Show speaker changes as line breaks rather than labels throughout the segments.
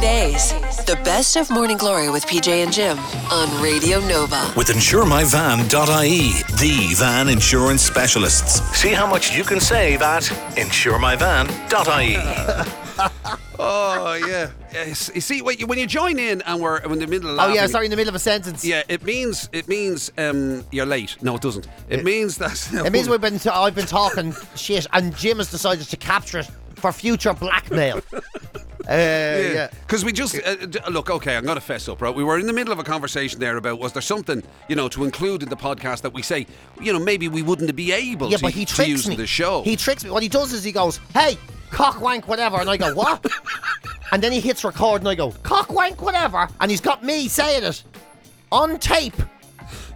days. The best of Morning Glory with PJ and Jim on Radio Nova.
with insuremyvan.ie, the van insurance specialists. See how much you can save at insuremyvan.ie.
Oh yeah. Yes. You see, when you, when you join in and we're in the middle of
Oh
laughing,
yeah, sorry, in the middle of a sentence.
Yeah, it means it means um, you're late. No, it doesn't. It, means that
It means we've been I've been talking shit, and Jim has decided to capture it for future blackmail. uh, yeah.
Because we just uh, d- look okay. I'm gonna fess up, right? We were in the middle of a conversation there about was there something you know to include in the podcast that we say you know maybe we wouldn't be able
Yeah,
to,
but he
to
tricks
use in
me.
the show.
He tricks me. What he does is he goes, "Hey, cock wank whatever," and I go, "What?" and then he hits record, and I go, "Cock wank whatever," and he's got me saying it on tape,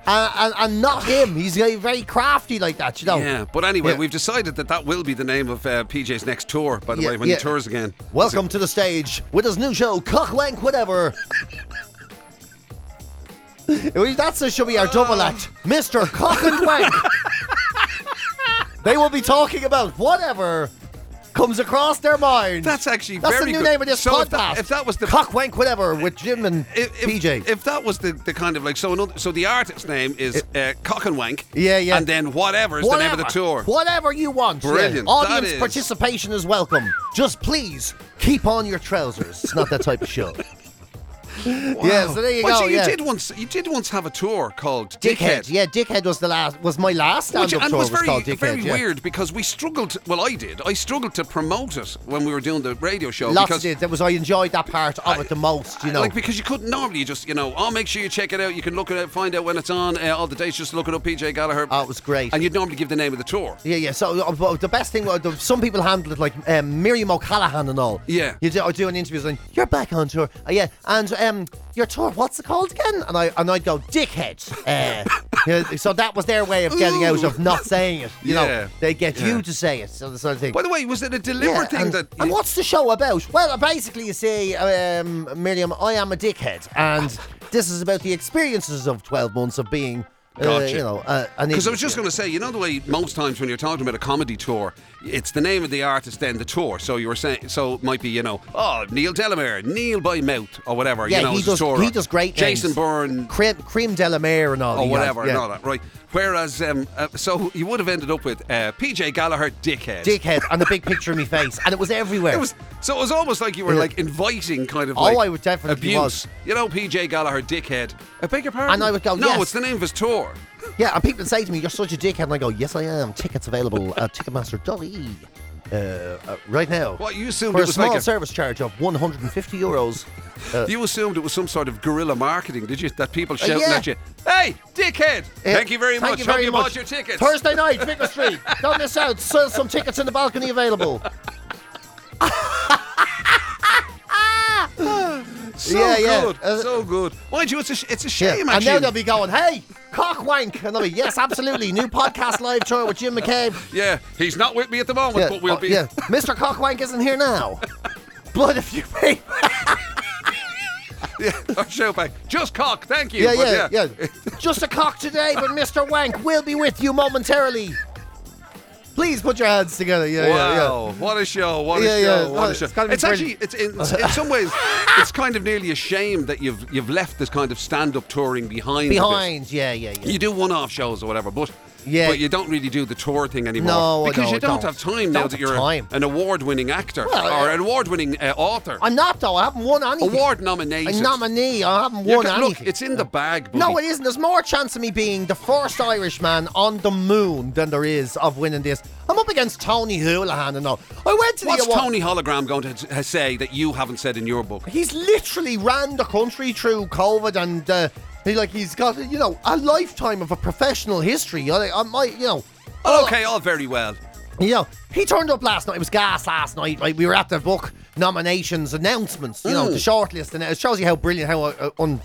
uh, and, and not him. He's uh, very crafty like that, you know.
yeah, but anyway,
Yeah.
we've decided that that will be the name of uh, PJ's next tour. By the
Yeah,
way, when
yeah.
he tours again,
Welcome to the stage with his new show, Cock Wank Whatever. That's should be our double act, Mr. Cock and Wank. they will be talking about whatever comes across their mind.
That's actually
That's
very
the new
good.
name of this
So
podcast.
if that- if that was the-
Cock Wank Whatever with Jim and
if, if,
PJ.
If that was the, the kind of like so, another, so the artist's name is uh, Cock and Wank.
Yeah, yeah.
And then whatever is the name of the tour.
Whatever you want. yeah.
Brilliant. That
Audience
is-
participation is welcome. Just please keep on your trousers. It's not that type of show. Yeah, so there you
Well,
go.
see, you
yeah.
did once. You did once have a tour called
Dickhead.
Dickhead.
Yeah, Dickhead was the last was my last
Which,
stand up
and
tour
was
was,
very,
called Dickhead.
very
yeah.
weird because we struggled. Well, I did. I struggled to promote it when we were doing the radio show.
Lots
because
of it. That was I enjoyed that part of it the most, you know.
Like because you couldn't normally you just you know oh make sure you check it out you can look it out find out when it's on uh, all the dates just look it up PJ Gallagher
Oh, it was great.
and you'd normally give the name of the tour
yeah, yeah. So uh, but the best thing was the- some people handle it like um, Miriam O'Callaghan and all.
Yeah.
you do, I do an interview saying you're back on tour. Uh, yeah, and um, your tour, what's it called again? And I and I'd go dickhead. Uh, yeah, so that was their way of getting out of not saying it.
Yeah.
You know, they get
Yeah.
you to say it. So the sort of thing.
by the way was it a deliberate thing
and,
that
and what's the show about? Well, basically, you see, um, Miriam, I am a dickhead, and this is about the experiences of 12 months of being, uh,
Gotcha.
you know, uh, an
Because I
idiot.
was just going to say, you know the way most times when you're talking about a comedy tour, it's the name of the artist then the tour. So you were saying, so it might be, you know, oh Neil Delamere, Neil by Mouth or whatever.
yeah,
you know,
he
is the
does.
tourer.
He does great.
Jason
names.
Byrne
Cream, Cream Delamere, and
or
all. the guys,
whatever,
yeah.
and all that, right? Whereas, um, uh, so you would have ended up with uh, PJ Gallagher, dickhead.
Dickhead, and a big picture of me face, and it was everywhere.
It was so it was almost like you were
Yeah.
like inviting kind of
Oh,
like
I would definitely
abuse.
was.
You know, PJ Gallagher, dickhead. I beg your pardon.
And I would go,
no,
yes.
it's the name of his tour.
Yeah, and people say to me, "You're such a dickhead," and I go, "Yes, I am." Tickets available at Ticketmaster.ie uh, uh, right now.
What, you assumed
for
it
a
was
small
like a-
service charge of 150 euros.
You assumed it was some sort of guerrilla marketing, did you? That people
Uh,
shouting
yeah.
at you, "Hey, dickhead!
Yeah.
thank you very
Thank
much.
You
Hope
very
you
much.
bought your tickets."
Thursday night, Vicar Street. Don't miss out. Still some tickets in the balcony available.
so
Yeah, yeah.
good,
Uh,
so good. Mind you, it's a sh- it's a
Yeah.
shame.
And
Actually,
now they'll be going, hey, cock wank. And they'll be, yes, absolutely. New podcast live tour with Jim McCabe.
yeah, he's not with me at the moment,
Yeah.
but we'll
oh,
be.
yeah. Mr. Cockwank isn't here now. Blood if you pay.
yeah. Our show back. Just cock. Thank you.
Yeah,
but
yeah, yeah. Just a cock today, but Mr. Wank will be with you momentarily. Please put your hands together. Yeah, yeah, yeah.
Wow! What a show! What a
Yeah, yeah,
show!
it's
What a
not-
show!
it's gotta be
It's actually, it's in, in some ways, it's kind of nearly a shame that you've you've left this kind of stand-up touring behind. with this.
Behind. Yeah, yeah, yeah.
You do one-off shows or whatever, but
Yeah.
but you don't really do the tour thing anymore
No,
because
no,
you
I
don't,
don't.
have time now that
Don't have
you're
time.
an award-winning actor
Well,
or
uh,
an award-winning uh, author,
I'm not, though. I haven't won anything.
award
A
nominated.
nominee. I haven't
You
won
can-
anything.
look, it's in the bag.
No,
buddy.
it isn't. There's more chance of me being the first Irishman on the moon than there is of winning this. I'm up against Tony Houlihan and all. I went to
What's
the award.
Tony Hologram going to t- say that you haven't said in your book?
He's literally ran the country through COVID and uh, he like he's got you know a lifetime of a professional history. I, I might you know. all-
Okay, all very well.
You know, he turned up last night. It was gas last night. Right, we were at the book nominations announcements. You know,
Mm.
the shortlist, and it shows you how brilliant, how uh, un,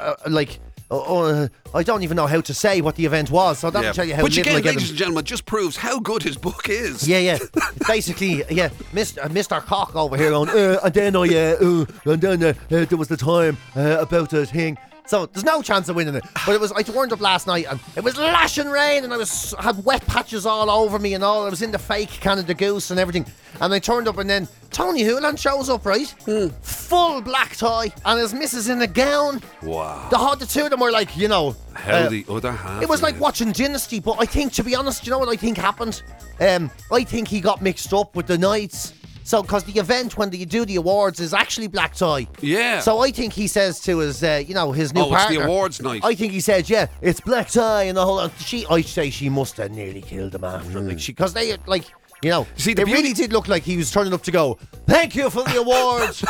uh, like. Uh, uh, I don't even know how to say what the event was, so that'll
Yeah.
tell you how
Which
little
again,
I get
ladies
in-
and gentlemen, just proves how good his book is.
Yeah, yeah. It's Basically, yeah. Mr. Uh, Mr. Cock over here going, uh, and then I, uh, uh, and then uh, uh, there was the time uh, about the thing. So there's no chance of winning it. But it was I turned up last night and it was lashing rain and I was had wet patches all over me and all. I was in the
Hmm.
fake Canada Goose and everything. And I turned up and then Tony Hoolan shows up, right? full black tie, and his missus in a gown.
Wow.
The, ho- the two of them were like, you know.
How
uh,
the other half.
it was like
man.
watching Dynasty, but I think, to be honest, you know what I think happened? Um, I think he got mixed up with the Knights. So, because the event when you do the awards is actually black tie.
Yeah.
So I think he says to his, uh, you know, his new
Oh, it's the
partner.
awards night.
I think he said, yeah, it's black tie and the whole. And she, I say, she must have nearly killed him after, like she, because they like. You know,
Mm. See, the
it really
beauty-
did look like he was turning up to go, thank you for the awards.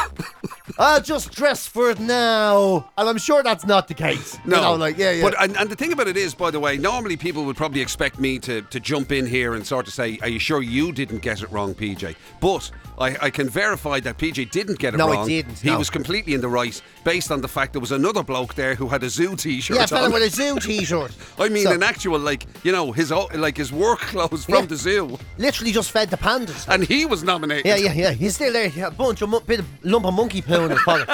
I'll just dress for it now. And I'm sure that's not the case.
No,
You know, like, yeah, yeah.
But and, and the thing about it is, by the way, normally people would probably expect me to, to jump in here and sort of say, "Are you sure you didn't get it wrong, PJ?" But I, I can verify that PJ didn't get it
No, I
wrong.
didn't,
He
no.
was completely in the right, based on the fact there was another bloke there who had a zoo T-shirt
yeah,
on.
fella with a zoo t shirt.
I mean, an actual like you know his o- like his work clothes from
Yeah.
the zoo,
Literally just fed the pandas.
and he was nominated.
Yeah, yeah, yeah. He's still there. He had a bunch of mon- bit of lump of monkey poo in his pocket.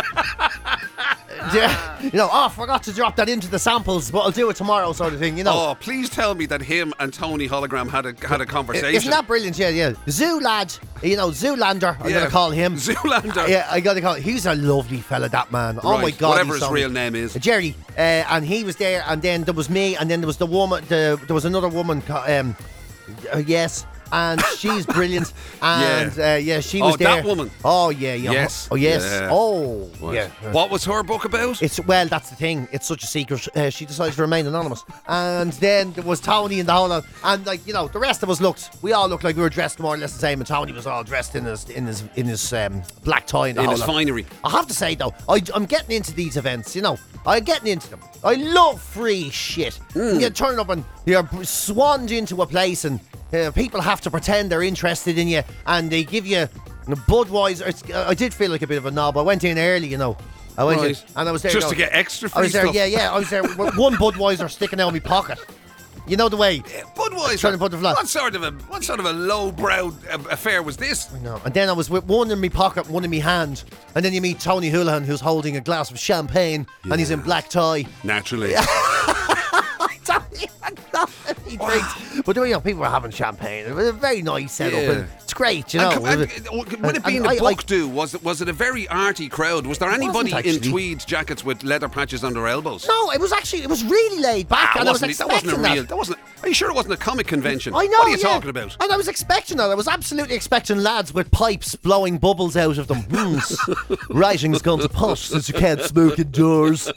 yeah, you know. Oh, I forgot to drop that into the samples, but I'll do it tomorrow, sort of thing. You know.
Oh, please tell me that him and Tony Hologram had a had a conversation.
Isn't that brilliant? Yeah, yeah. Zoo lad, you know, Zoolander. I'm
Yeah.
gonna call him
Zoolander.
Yeah, I gotta call. He's a lovely fella, that man. Oh my
Right,
god,
whatever
he's
his
so-
real name is.
Jerry. Uh, and he was there, and then there was me, and then there was the woman. The, there was another woman. ca- Um, uh, yes. And she's brilliant, and
Yeah.
uh, yeah, she
Oh,
was there.
that woman.
Oh yeah, yeah.
Yes.
Oh yes.
Yeah.
Oh
What?
yeah.
What was her book about?
It's well, that's the thing. It's such a secret. Uh, she decides to remain anonymous. And then there was Tony and the whole lot. And like you know, the rest of us looked. We all looked like we were dressed more or less the same. And Tony was all dressed in his in his in his um, black tie and the
In
whole
his
lot.
finery.
I have to say though, I, I'm getting into these events. You know, I'm getting into them. I love free shit.
Hmm.
You turn up and you're swanned into a place, and uh, people have to pretend they're interested in you, and they give you Budweiser. It's, I did feel like a bit of a knob. I went in early, you know. I went
Right.
in, and I was there
Just
going-
to get extra free
I was there,
stuff.
yeah, yeah. I was there. with one Budweiser sticking out of my pocket. You know the way.
Budweiser.
Trying to put the flag.
What sort of a what sort of a lowbrow uh, affair was this?
No, and then I was with one in my pocket, one in my hand, and then you meet Tony Houlihan, who's holding a glass of champagne, and he's in black tie.
Naturally.
Tony Houlihan, he drinks. But you know, people were having champagne. It was a very nice setup.
Yeah.
and It's great, you know.
And com- and, uh, would it
and-
be in
and
the
I- I-
book do? Was it was it a very arty crowd? Was there anybody
wasn't,
in
actually.
tweed jackets with leather patches on their elbows?
no, it was actually it was really laid back,
Ah,
and I was
wasn't it- that
expecting
wasn't a real. That wasn't. Are you sure it wasn't a comic convention?
I know.
What are you
yeah.
talking about?
And I was expecting that. I was absolutely expecting lads with pipes blowing bubbles out of them. Hmm. Writing's gone to pot since you can't smoke indoors.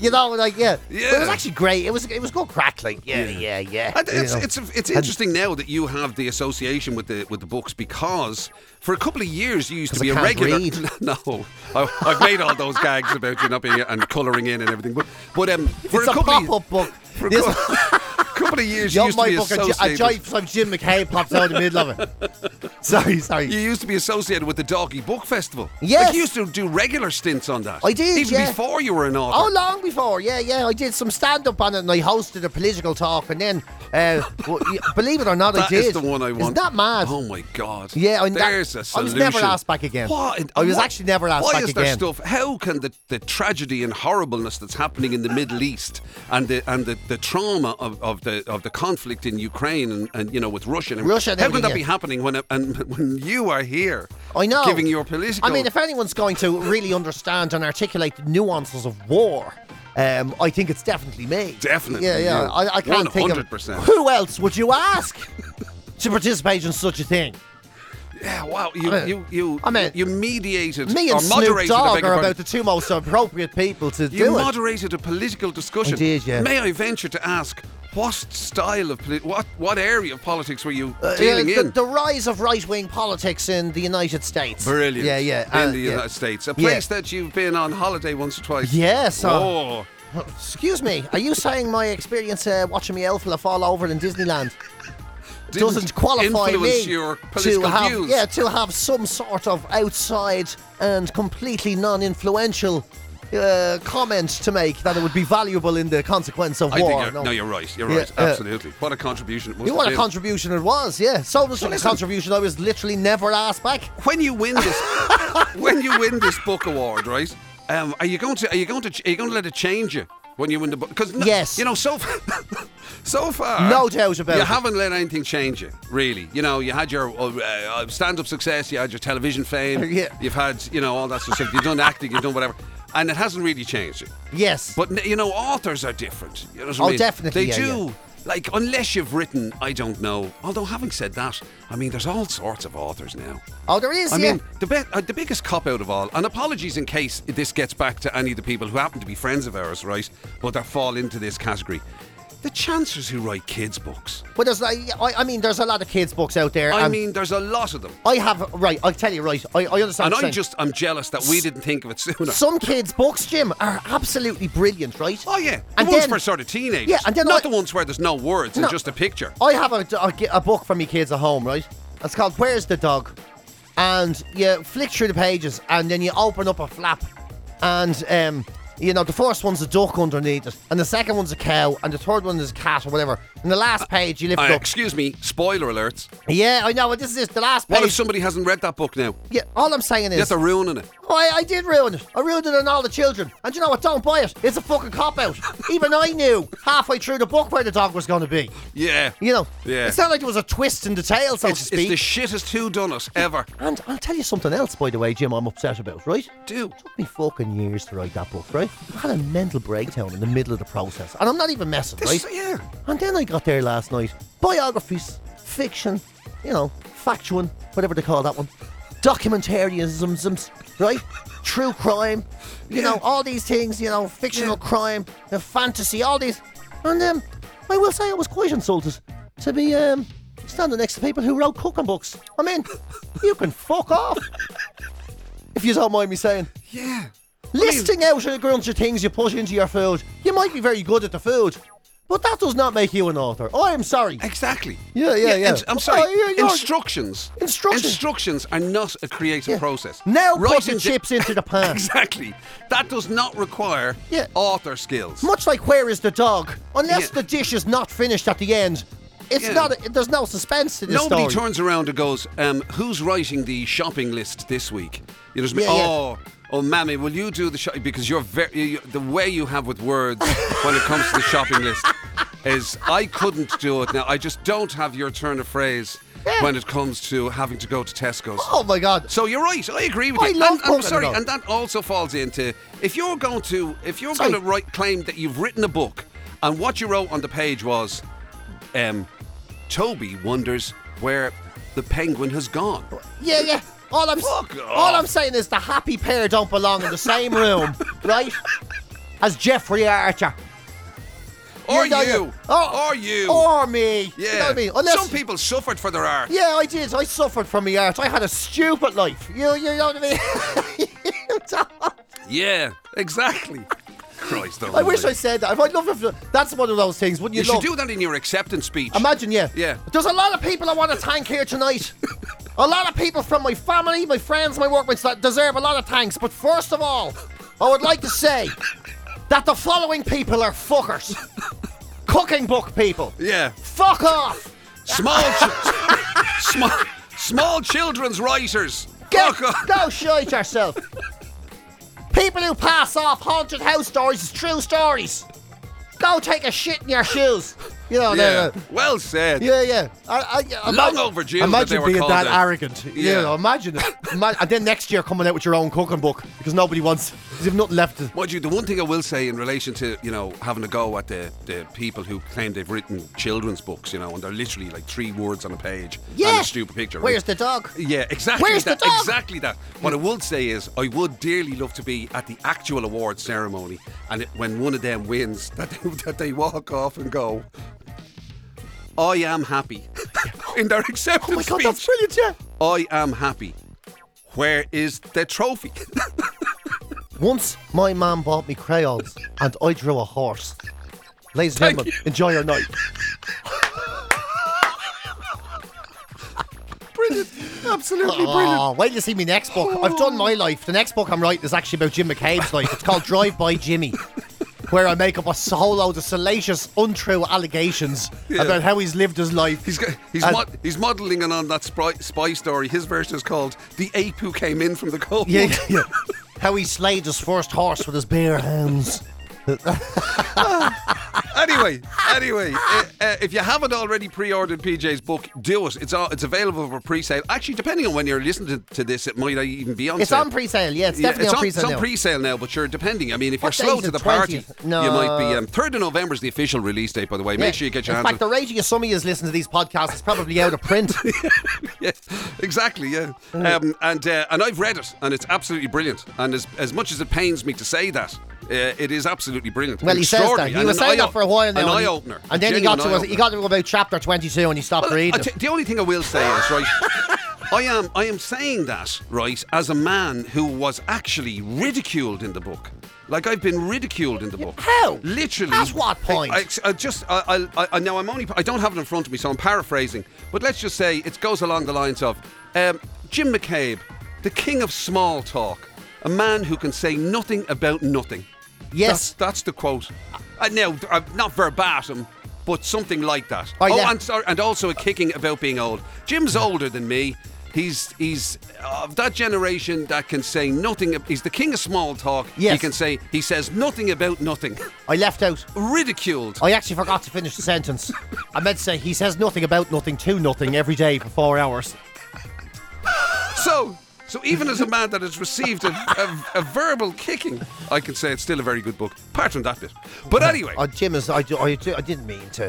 You know, like yeah. But it was
Yeah.
actually great. It was it was good crack. Like yeah, yeah, yeah.
And
you
it's,
know.
it's it's interesting now that you have the association with the with the books because for a couple of years you used to
'Cause I
be a
can't
regular.
read.
No, I, I've made all those gags about you not being and colouring in and everything, but but um, for
It's a,
couple of,
pop-up book.
for a
This-
cou- couple of years you
You're
used to
my
be
book. A, gi- a
associated.
giant some Jim McKay pops out in the middle of it. Sorry, sorry.
you used to be associated with the Doggy Book Festival.
Yes.
like you used to do regular stints on that.
I did,
even
yeah.
before you were an author.
Oh, long before, yeah, yeah. I did some stand up on it, and I hosted a political talk, and then, uh, w- y- believe it or not, I
That
did.
is the one I
Isn't
want.
that mad?
Oh my god.
Yeah, and that-
there's a
I was
solution.
never asked back again.
What in-
I was
what-
actually never asked
why
back
is there
again.
stuff? How can the, the tragedy and horribleness that's happening in the Middle East and the and the, the trauma of, of the of the conflict in Ukraine and, and you know with Russia and
Russia and
how could that
everything,
be
yeah.
happening when and when you are here?
I know.
Giving your political.
I mean, if anyone's going to really understand and articulate the nuances of war, um, I think it's definitely me.
Definitely,
Yeah, yeah.
yeah.
I, I can't think of
100%.
who else would you ask to participate in such a thing.
yeah, wow, you
I mean-
you you,
I mean,
you mediated
Me and
or
Snoop
moderated. I beg
Dogg
your
are
pardon.
about the two most appropriate people to
You
do it.
moderated a political discussion.
I did, yeah.
May I venture to ask, what style of poli- what what area of politics were you
Uh, yeah,
dealing
the,
in?
the rise of right wing politics in the United States.
Brilliant.
Yeah, yeah.
In
uh,
the
yeah.
United States, a
Yeah.
place that you've been on holiday once or twice.
Yeah, so.
Oh,
Excuse me, are you saying my experience uh, watching me Elfla fall over in Disneyland
didn't
doesn't qualify me
influence your
to
political
have,
views.
yeah, to have some sort of outside and completely non influential uh, comment to make that it would be valuable in the consequence of
I
war?
think you're, no. you're right. You're right.
Yeah, uh,
Absolutely. What a contribution it must
You want a
have been.
contribution? It was, yeah. So much of a
listen-
contribution I was literally never asked back.
when you win this, when you win this book award, right? Um, are you going to are you going to ch- are you going to let it change you when you win the book? Because
Yes.
you know so f- So far,
No doubt about
you
it.
haven't let anything change you, really. You know, you had your uh, uh, stand-up success, you had your television fame,
Yeah.
you've had, you know, all that sort of stuff. You've done acting, you've done whatever, and it hasn't really changed you.
Yes.
But n- you know, authors are different. You know what I
Oh,
mean?
definitely,
They
yeah,
do. Like, unless you've written, I don't know. Although, having said that, I mean, there's all sorts of authors now.
oh, there is,
I
yeah.
mean, the, be- uh, the biggest cop out of all, and apologies in case this gets back to any of the people who happen to be friends of ours, right? But that fall into this category. The chancers who write kids' books.
but there's, like, I, I mean, there's a lot of kids' books out there.
I
and Oh,
mean, there's a lot of them.
I have, right, I tell you, right, I, I
And
understand. what you're
I'm
saying.
just, I'm jealous that we didn't think of it sooner.
Some kids' books, Jim, are absolutely brilliant, right?
oh, yeah. The
And
ones
then-
for sort of teenagers.
Yeah, and then
Not
I-
the ones where there's no words
No. Oh,
and just a picture.
I have a, a- a book for my kids at home, right? It's called Where's the Dog? And you flick through the pages and then you open up a flap. And, um, you know, the first one's a duck underneath it. And the second one's a cow. And the third one is a cat or whatever. And the last page you lift
Uh,
up.
excuse me, spoiler alerts.
Yeah, I know. But this is it, the last page.
What if somebody hasn't read that book now?
yeah, all I'm saying
Yet
is.
they're ruining it.
Oh, I, I did ruin it. I ruined it on all the children. And you know what? Don't buy it. It's a fucking cop out. Even I knew halfway through the book where the dog was going to be.
Yeah.
You know,
Yeah.
it's not like there was a twist in the tale, so to
It's, it's
speak.
the shittest who done it ever.
And I'll tell you something else, by the way, Jim, I'm upset about, right?
Do.
It took me fucking years to write that book, right? I had a mental breakdown in the middle of the process. And I'm not even messing,
This,
right?
yeah.
And then I got there last night. Biographies, fiction, you know, factual, whatever they call that one. Documentarianisms, right? True crime, you know, all these things, you know, fictional crime, the fantasy, all these. And um, I will say I was quite insulted to be um, standing next to people who wrote cooking books. I mean, you can fuck off. If you don't mind me saying.
Yeah.
Listing out a bunch of things you put into your food. You might be very good at the food, but that does not make you an author. I am sorry.
Exactly.
Yeah, yeah, yeah.
ins- I'm sorry.
Oh, yeah, you're-
Instructions.
Instructions.
Instructions are not a creative
Yeah.
process.
Now put the
Writing di-
chips into the pan.
Exactly. That does not require
Yeah.
author skills.
Much like where is the dog? Unless
Yeah.
the dish is not finished at the end, it's
Yeah.
not. A, there's no suspense to this
Nobody
story.
turns around and goes, um, "Who's writing the shopping list this week?" You know, what I mean?
Yeah, yeah.
oh, oh, mammy, will you do the shopping? Because you're very you, the way you have with words when it comes to the shopping list is I couldn't do it now. I just don't have your turn of phrase
Yeah.
when it comes to having to go to Tesco's.
oh my god!
So you're right. I agree with
I
you.
love
and, I'm
Conan
sorry,
though.
and that also falls into if you're going to if you're
Sorry.
going to write claim that you've written a book and what you wrote on the page was, um, Toby wonders where the penguin has gone.
Yeah, yeah. All I'm
Fuck off.
all I'm saying is the happy pair don't belong in the same room, right? As Jeffrey Archer.
Or
know,
you.
Oh,
or you.
Or me.
yeah.
You know what I mean? Unless
Some people suffered for their art.
Yeah, I did. I suffered from the art. I had a stupid life. You, you know what I mean?
Yeah, exactly. Christ,
I wish I
almighty.
said that. If I'd love if that's one of those things. Wouldn't you,
You should
love?
do that in your acceptance speech.
Imagine, yeah.
Yeah.
There's a lot of people I want to thank here tonight. a lot of people from my family, my friends, my workmates that deserve a lot of thanks. But first of all, I would like to say that the following people are fuckers. Cooking book people.
yeah.
Fuck off.
Small, ch- small, small children's writers. Oh,
Get,
Fuck off.
go shite yourself. People who pass off haunted house stories as true stories. Go take a shit in your shoes. Oh, You know,
Yeah,
yeah.
well said.
Yeah, yeah. I, I,
Long overdue that
Imagine
they were
being
called
that
that.
arrogant. Yeah.
Yeah.
You know, imagine it. Ima- and then next year coming out with your own cooking book because nobody wants. You've nothing left. To,
Mind you, the one thing I will say in relation to you know having a go at the, the people who claim they've written children's books, you know, and they're literally like three words on a page and
yeah.
a stupid picture.
Where's the dog?
yeah, exactly.
Where's the
that,
dog?
Exactly that. What I would say is, I would dearly love to be at the actual award ceremony, and it, when one of them wins, that they, that they walk off and go, "I am happy," in their acceptance
Oh my god,
speech.
that's brilliant, yeah.
I am happy. Where is the trophy?
Once my mum bought me crayons and I drew a horse. Ladies and
Thank
gentlemen,
you.
enjoy your night.
brilliant, absolutely brilliant.
Oh, wait till you see me next book. I've done my life. The next book I'm writing is actually about Jim McCabe's life. It's called Drive By Jimmy, where I make up a s- whole load of salacious, untrue allegations about how he's lived his life.
He's got, he's
And-
mod, he's modelling it on that spy, spy story. His version is called "The Ape Who Came In from the Cold."
yeah, yeah, yeah. how he slayed his first horse with his bare hands.
anyway, anyway, uh, uh, if you haven't already pre-ordered PJ's book, do it. It's all, it's available for pre-sale. Actually, depending on when you're listening to, to this, it might even be on.
It's
sale.
on pre-sale, yeah, it's
Yeah,
definitely
it's
on pre-sale
It's
now.
on pre-sale now, but you're depending. I mean, if
What
you're
day
slow
is
to
it?
the party,
20th? No.
you might be. Um, Third of November is the official release date, by the way. Make sure you get your
In
hands.
fact, the
on
radio somebody is listening to these podcasts is probably out of print.
yeah, exactly. Yeah, um, and uh, and I've read it, and it's absolutely brilliant. And as as much as it pains me to say that. Uh, it is absolutely brilliant.
Well, he says that.
Extraordinary.
He
And
was
an
saying
eye-
that for a while now.
An
and
eye
he-
opener.
And then he got to
Genuine
us, he
eye-opener.
got to about chapter 22 and he stopped
Well, I
reading.
t- the only thing I will say is right. I am I am saying that right as a man who was actually ridiculed in the book. Like I've been ridiculed in the book.
how?
Literally.
At what point?
I, I- I just I, I, I now I'm only I don't have it in front of me, so I'm paraphrasing. But let's just say it goes along the lines of um, Jim McCabe, the king of small talk, a man who can say nothing about nothing.
Yes.
That's, that's the quote. Uh, now, uh, not verbatim, but something like that.
Or
oh,
yeah.
and, sorry, and also a kicking about being old. Jim's older than me. He's he's of that generation that can say nothing. ab- He's the king of small talk. He
Yes.
can say he says nothing about nothing.
I left out.
Ridiculed.
I Oh, actually forgot to finish the sentence. I meant to say he says nothing about nothing to nothing every day for four hours.
So. So even as a man that has received a, a, a verbal kicking, I can say it's still a very good book. Apart from that bit, but anyway,
Uh, Jim is. I, do- I, do- I didn't mean to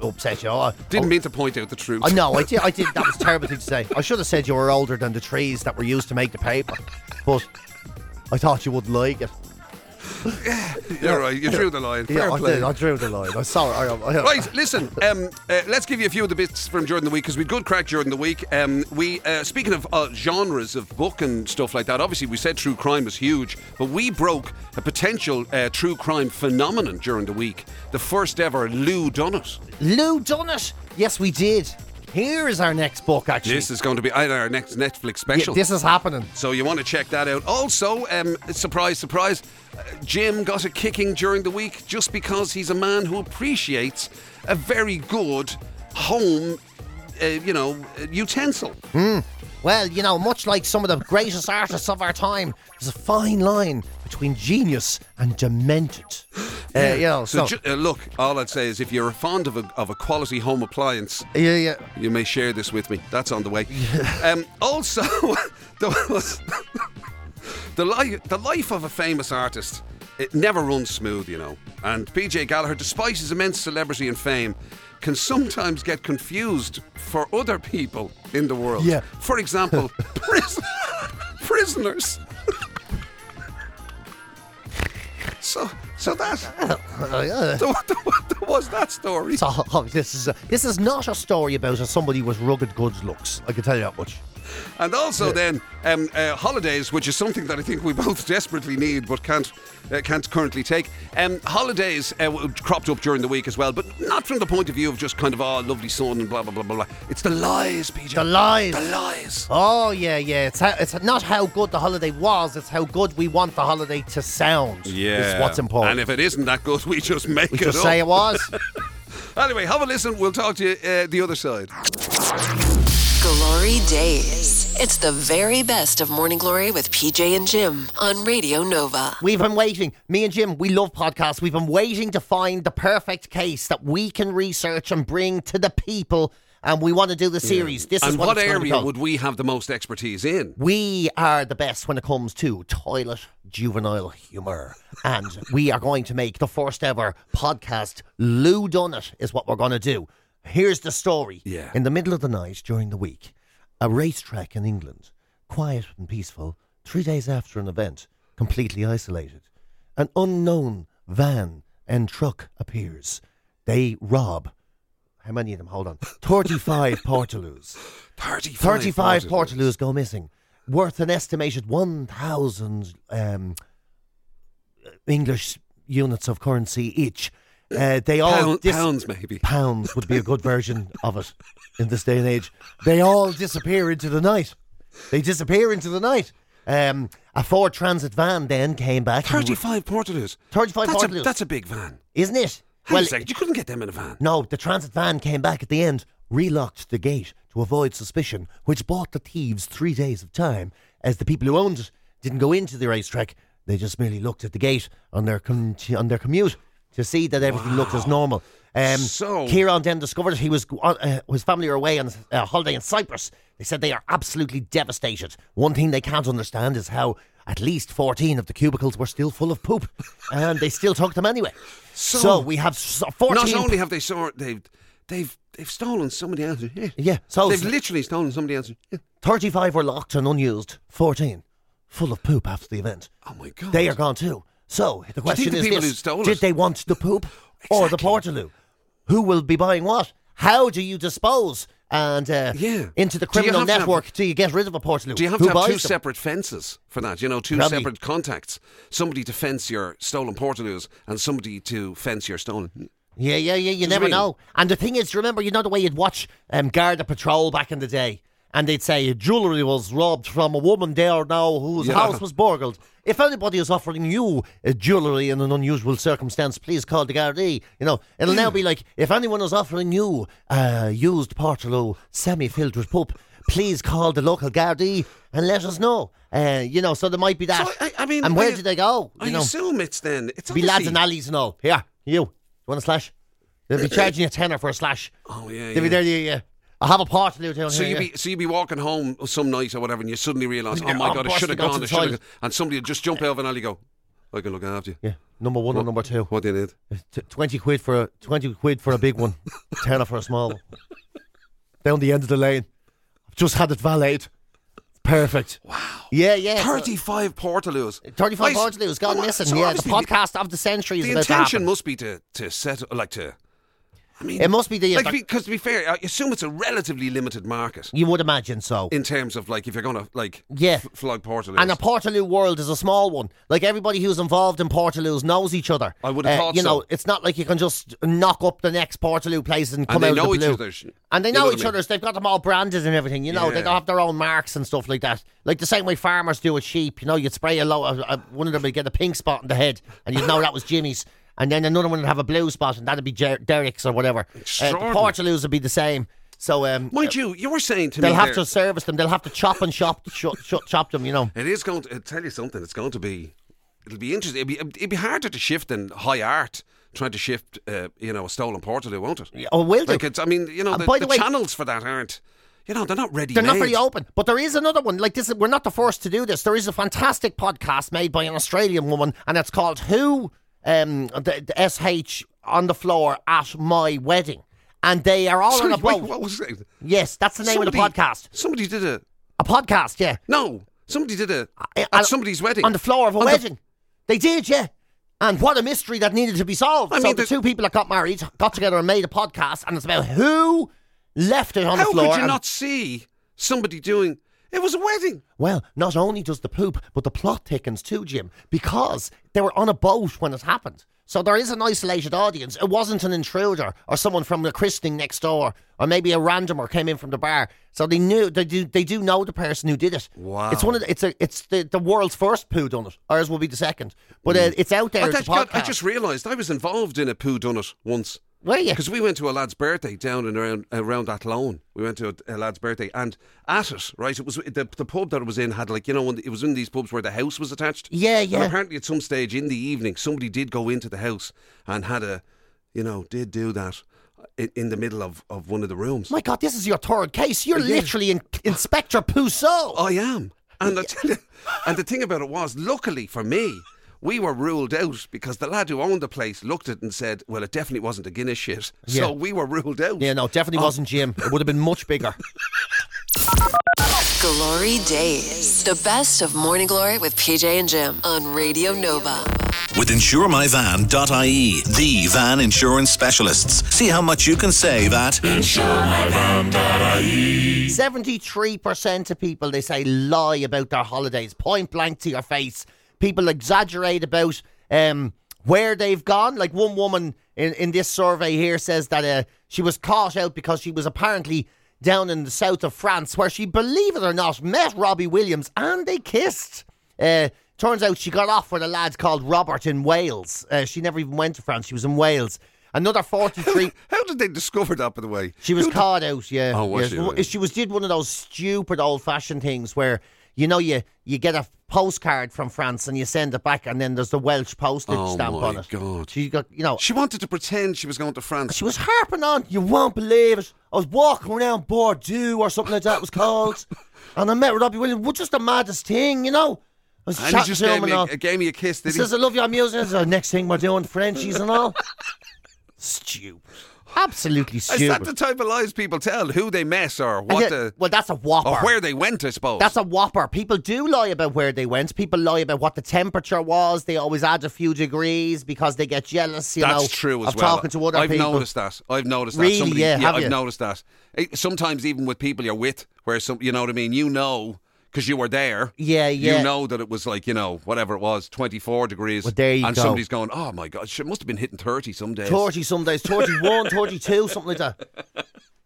uh, upset you. I,
didn't mean to point out the truth.
I know. I did. I did. That was a terrible thing to say. I should have said you were older than the trees that were used to make the paper, but I thought you wouldn't like it.
You're right. You drew the line. Fair
I
play.
did. I drew the line. I'm sorry. I, I, I,
Right, listen. Um, uh, let's give you a few of the bits from during the week because we had good crack during the week. Um, we uh, speaking of uh, genres of book and stuff like that. Obviously, we said true crime was huge, but we broke a potential uh, true crime phenomenon during the week. The first ever Lou Dunnett.
Lou done it. Yes, we did. Here is our next book. Actually,
This is going to be either our next Netflix
Yeah,
special.
this is happening.
so you want to check that out. Also, um, surprise, surprise, uh, Jim got a kicking during the week just because he's a man who appreciates a very good home, uh, you know, uh, utensil.
Well, you know, much like some of the greatest artists of our time, there's a fine line between genius and demented. Uh, you know,
So,
so,
ju- uh, look, all I'd say is if you're fond of a, of a quality home appliance,
yeah, yeah.
you may share this with me. That's on the way. um, also, there was the life the life of a famous artist. It never runs smooth, you know. And PJ Gallagher, despite his immense celebrity and fame, can sometimes get confused for other people in the world.
Yeah.
For example, prison- prisoners. so, so that
Uh,
there, there was that story.
So, this is a, this is not a story about a somebody with rugged goods looks. I can tell you that much.
And also then um, uh, holidays, which is something that I think we both desperately need but can't uh, can't currently take. Um, holidays uh, w- cropped up during the week as well, but not from the point of view of just kind of oh lovely sun and blah blah blah blah blah. It's the lies, PJ.
The lies.
The lies.
Oh yeah, yeah. It's how, it's not how good the holiday was. It's how good we want the holiday to sound. is Oh, what's important.
And if it isn't that good, we just make
we
it
just
up.
say it was.
Anyway, have a listen. We'll talk to you uh, the other side.
Glory Days. It's the very best of Morning Glory with PJ and Jim on Radio Nova.
We've been waiting. Me and Jim, we love podcasts. We've been waiting to find the perfect case that we can research and bring to the people. And we want to do the series. This is
and what
it's going to be
area
called.
would we have the most expertise in?
We are the best when it comes to toilet juvenile humour. And we are going to make the first ever podcast. Lou Done It is what we're going to do. Here's the story.
Yeah.
In the middle of the night during the week, a racetrack in England, quiet and peaceful, three days after an event, completely isolated. An unknown van and truck appears. They rob. How many of them? Hold on. 35 Portaloos.
35.
35
Portaloos.
Portaloos go missing, worth an estimated 1,000 um, English units of currency each. Uh, they all
Pound-
dis-
pounds, maybe.
pounds would be a good version of it in this day and age. They all disappear into the night. They disappear into the night. Um, a Ford Transit van then came back. and-
35 Portaloos.
35
that's A,
Portaloos.
that's a big van.
isn't it?
Hang on a second, you couldn't get them in a van.
No, the transit van came back at the end, relocked the gate to avoid suspicion, which bought the thieves three days of time, as the people who owned it didn't go into the racetrack. They just merely looked at the gate on their com- on their commute. to see that everything looked as normal. Um,
So-
Kieran then discovered he was on, uh, his family are away on a holiday in Cyprus. They said they are absolutely devastated. One thing they can't understand is how at least 14 of the cubicles were still full of poop, and they still took them anyway. So, we have s- 14.
Not only have they sort they've they've they've stolen somebody else's. Yeah.
Yeah, so
they've
it's-
literally stolen somebody else's. yeah.
35 were locked and unused, 14 full of poop after the event.
Oh my god!
They are gone too. So the question
the
is
people
this,
who stole
Did
it-
they want the poop or the portaloo? Who will be buying what? How do you dispose? And uh,
Yeah.
into the
Do you
criminal
have to have-
network, do you get rid of a portaloo?
Do you have
Who
to have
buys
two
them?
separate fences for that? You know, two
Probably.
separate contacts. Somebody to fence your stolen portaloos and somebody to fence your stolen.
Yeah, yeah, yeah. You
Just
never
real.
know. And the thing is, remember, you know the way you'd watch um, Garda Patrol back in the day, and they'd say jewellery was robbed from a woman there now whose
Yeah.
house was burgled. If anybody is offering you uh, jewellery in an unusual circumstance, please call the Gardaí. You know, it'll
Hmm.
now be like if anyone is offering you uh, used Portalow semi-filled with poop, please call the local Gardaí and let us know. Uh, you know, so there might be that.
So, I, I mean,
and where
I-
did they go?
I
you know?
assume it's then. It's
be lads
obviously-
and alleys and all. Yeah, you. You want a slash? They'll be charging you a tenner for a slash.
Oh yeah.
They'll be
Uh, yeah.
there, yeah, yeah. I have a part to do down
So
here.
you
yeah.
be so you be walking home some night or whatever, and you suddenly realise, oh my
I'm
god, I
busted,
should have
go to
gone,
the
I should have,
toilet.
and somebody would just jump over and alley go, I can look after you.
yeah, number one and number two.
What they did?
T- Twenty quid for a twenty quid for a big one, tenner for a small one. Down the end of the lane. I've just had it valeted. Perfect. Wow. Yeah, yeah. so-
Thirty-five portaloos.
35
I s-
hours has gone
Well,
missing.
so
yeah, the
obviously
podcast of the century is
The
about to
intention
happen.
must be to to set like to. I mean,
It must be the.
like because to be fair, I assume it's a relatively limited market
you would imagine so.
in terms of like if you're gonna like
Yeah.
f- flog portaloos.
And a Portaloo world is a small one. Like everybody who's involved in Portaloos knows each other. Uh,
I would have thought
You
so.
know, it's not like you can just knock up the next Portaloo place and come
they
out of
know
the
each
blue.
other's.
And they
You
know,
know what I
each
mean?
other's. They've got them all branded and everything. You know, they
Yeah.
all have their own marks and stuff like that. Like the same way farmers do with sheep. You know, you'd spray a low, uh, one of them would get a pink spot in the head, and you'd know that was Jimmy's. And then another one would have a blue spot, and that'd be Jer- Derek's or whatever. Uh, the
Extraordinary.
Portaloos would be the same. So um,
mind you, you were saying to
they'll
me
have
there-
to service them. They'll have to chop and shop, sh- sh- chop them. You know.
It is going to I'll tell you something. It's going to be. It'll be interesting. It'd be, it'd be harder to shift than high art trying to shift. Uh, you know, a stolen portaloo, won't it?
Oh, it will do.
Like it's. I mean, you know,
And
the,
by the
the
way-
channels for that aren't. You know, they're not ready.
They're not Oh, very open, but there is another one like this. We're not the first to do this. There is a fantastic podcast made by an Australian woman, and it's called "Who um, the, the SH on the floor at my wedding," and they are all on a boat.
what was it?
Yes, that's the name of the podcast.
Somebody did a
A podcast, yeah,
no. Somebody did a
I-
at
I-
somebody's wedding
on the floor of a
On the-
wedding. They did, yeah. And what a mystery that needed to be solved.
I
so
mean,
the
the-
two people that got married got together and made a podcast, and it's about who left it on
How
the floor.
could you
and-
not see somebody doing? It was a wedding.
Well, not only does the poop, but the plot thickens too, Jim, because they were on a boat when it happened. So there is an isolated audience. It wasn't an intruder or someone from the christening next door, or maybe a randomer came in from the bar. So they knew they do they do know the person who did it.
Wow.
It's one of the, it's a it's the, the world's first poo done it. Ours will be the second, but uh, it's out there.
I,
as a
just got- Oh, I
podcast.
just realised I was involved in a poo dunnit once.
Were you?
Because we went to a lad's birthday down and around around Athlone. We went to a, a lad's birthday and at it, right? It was the, the pub that it was in had like you know when- it was in these pubs where the house was attached.
Yeah, yeah.
And apparently, at some stage in the evening, somebody did go into the house and had a, you know, did do that in, in the middle of, of one of the rooms.
My God, this is your third case. You're
Yeah.
literally in, Inspector Pousseau.
I am. And I tell you, and the thing about it was, luckily for me, we were ruled out because the lad who owned the place looked at it and said, "Well, it definitely wasn't a Guinness shit."
Yeah.
So we were ruled out.
yeah, no, definitely
Oh.
wasn't Jim. It would have been much bigger.
Glory Days. The best of Morning Glory with PJ and Jim on Radio Nova.
With insuremyvan.ie, the van insurance specialists. See how much you can save at
73% of people, they say, lie about their holidays, point blank to your face. People exaggerate about um, where they've gone. Like one woman in, in this survey here says that uh, she was caught out because she was apparently down in the south of France, where she, believe it or not, met Robbie Williams and they kissed. Uh, turns out she got off with a lad called Robert in Wales. Uh, she never even went to France, she was in Wales. Another 43.
How did they discover that, by the way?
She was caught out, yeah.
Oh, was
yes.
she?
W- she? was did one of those stupid old fashioned things where you know, you you get a postcard from France and you send it back, and then there's the Welsh postage
Oh
stamp
my
on it.
God.
She got, you know,
She wanted to pretend she was going to France.
she was harping on. You won't believe it. I was walking around Bordeaux or something like that. It was called, and I met Robbie Williams. Which is the maddest thing, you know. I was
and he
chatting
just
to
gave
him
me,
and all.
a, gave me a kiss,
He
did he?
says, I love your music. This is the next thing we're doing, Frenchies and all. stupid. Absolutely
Is that
stupid.
the type of lies people tell? Who they met or
And
what
yet-
the.
well, that's a whopper.
Or where they went, I suppose.
that's a whopper. People do lie about where they went. People lie about what the temperature was. They always add a few degrees because they get jealous, you
That's
know,
true as
of
well.
talking to other
I've
people.
noticed that. I've noticed
Really?
that. Somebody,
Yeah, have
I've
you?
noticed that. It- sometimes even with people you're with, where some, you know what I mean, you know, because you were there.
Yeah, yeah.
You know that it was like you know whatever it was, twenty four degrees.
Well, there you
and
go.
somebody's going, oh my god, she must have been hitting thirty some days.
30 some days, 31, 32, something like that.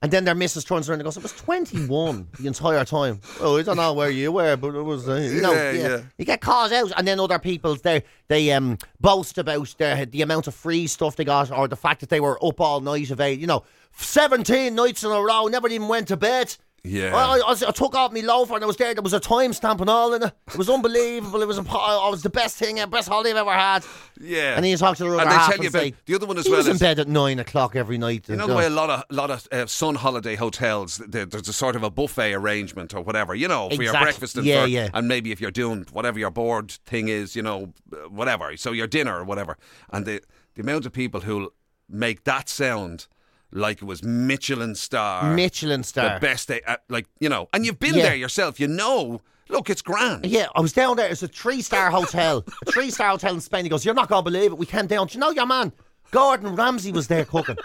And then their missus turns around and goes, It was 21 the entire time. Oh, I don't know where you were, but it was, uh, you know,
Yeah, yeah.
You get caught out. And then other people, they they um, boast about their, the amount of free stuff they got or the fact that they were up all night of eight, you know, 17 nights in a row, never even went to bed.
Yeah.
I, I, I took off my loafer and I was there. There was a time stamp and all in it. It was unbelievable. It was, impo- I was the best thing, best holiday I've ever had.
Yeah.
And then you talk to the other
And they
half
tell you about
say,
the other one as
he
well
was in
is-
bed at nine o'clock every night.
You know the way a lot of lot of uh, sun holiday hotels, th- there- there's a sort of a buffet arrangement or whatever. You know, for your
Exact-
breakfast and
yeah,
for-
yeah.
and maybe if you're doing whatever your board thing is, you know, uh, whatever. So your dinner or whatever, and the the amount of people who'll make that sound like it was Michelin star,
Michelin star.
the best day, uh, like you know, and you've been
Yeah.
there yourself. You know, look, it's grand.
Yeah, I was down there. It's a three star hotel. A three star hotel in Spain. He goes, You're not going to believe it. We came down. Do you know your man? Gordon Ramsay was there cooking.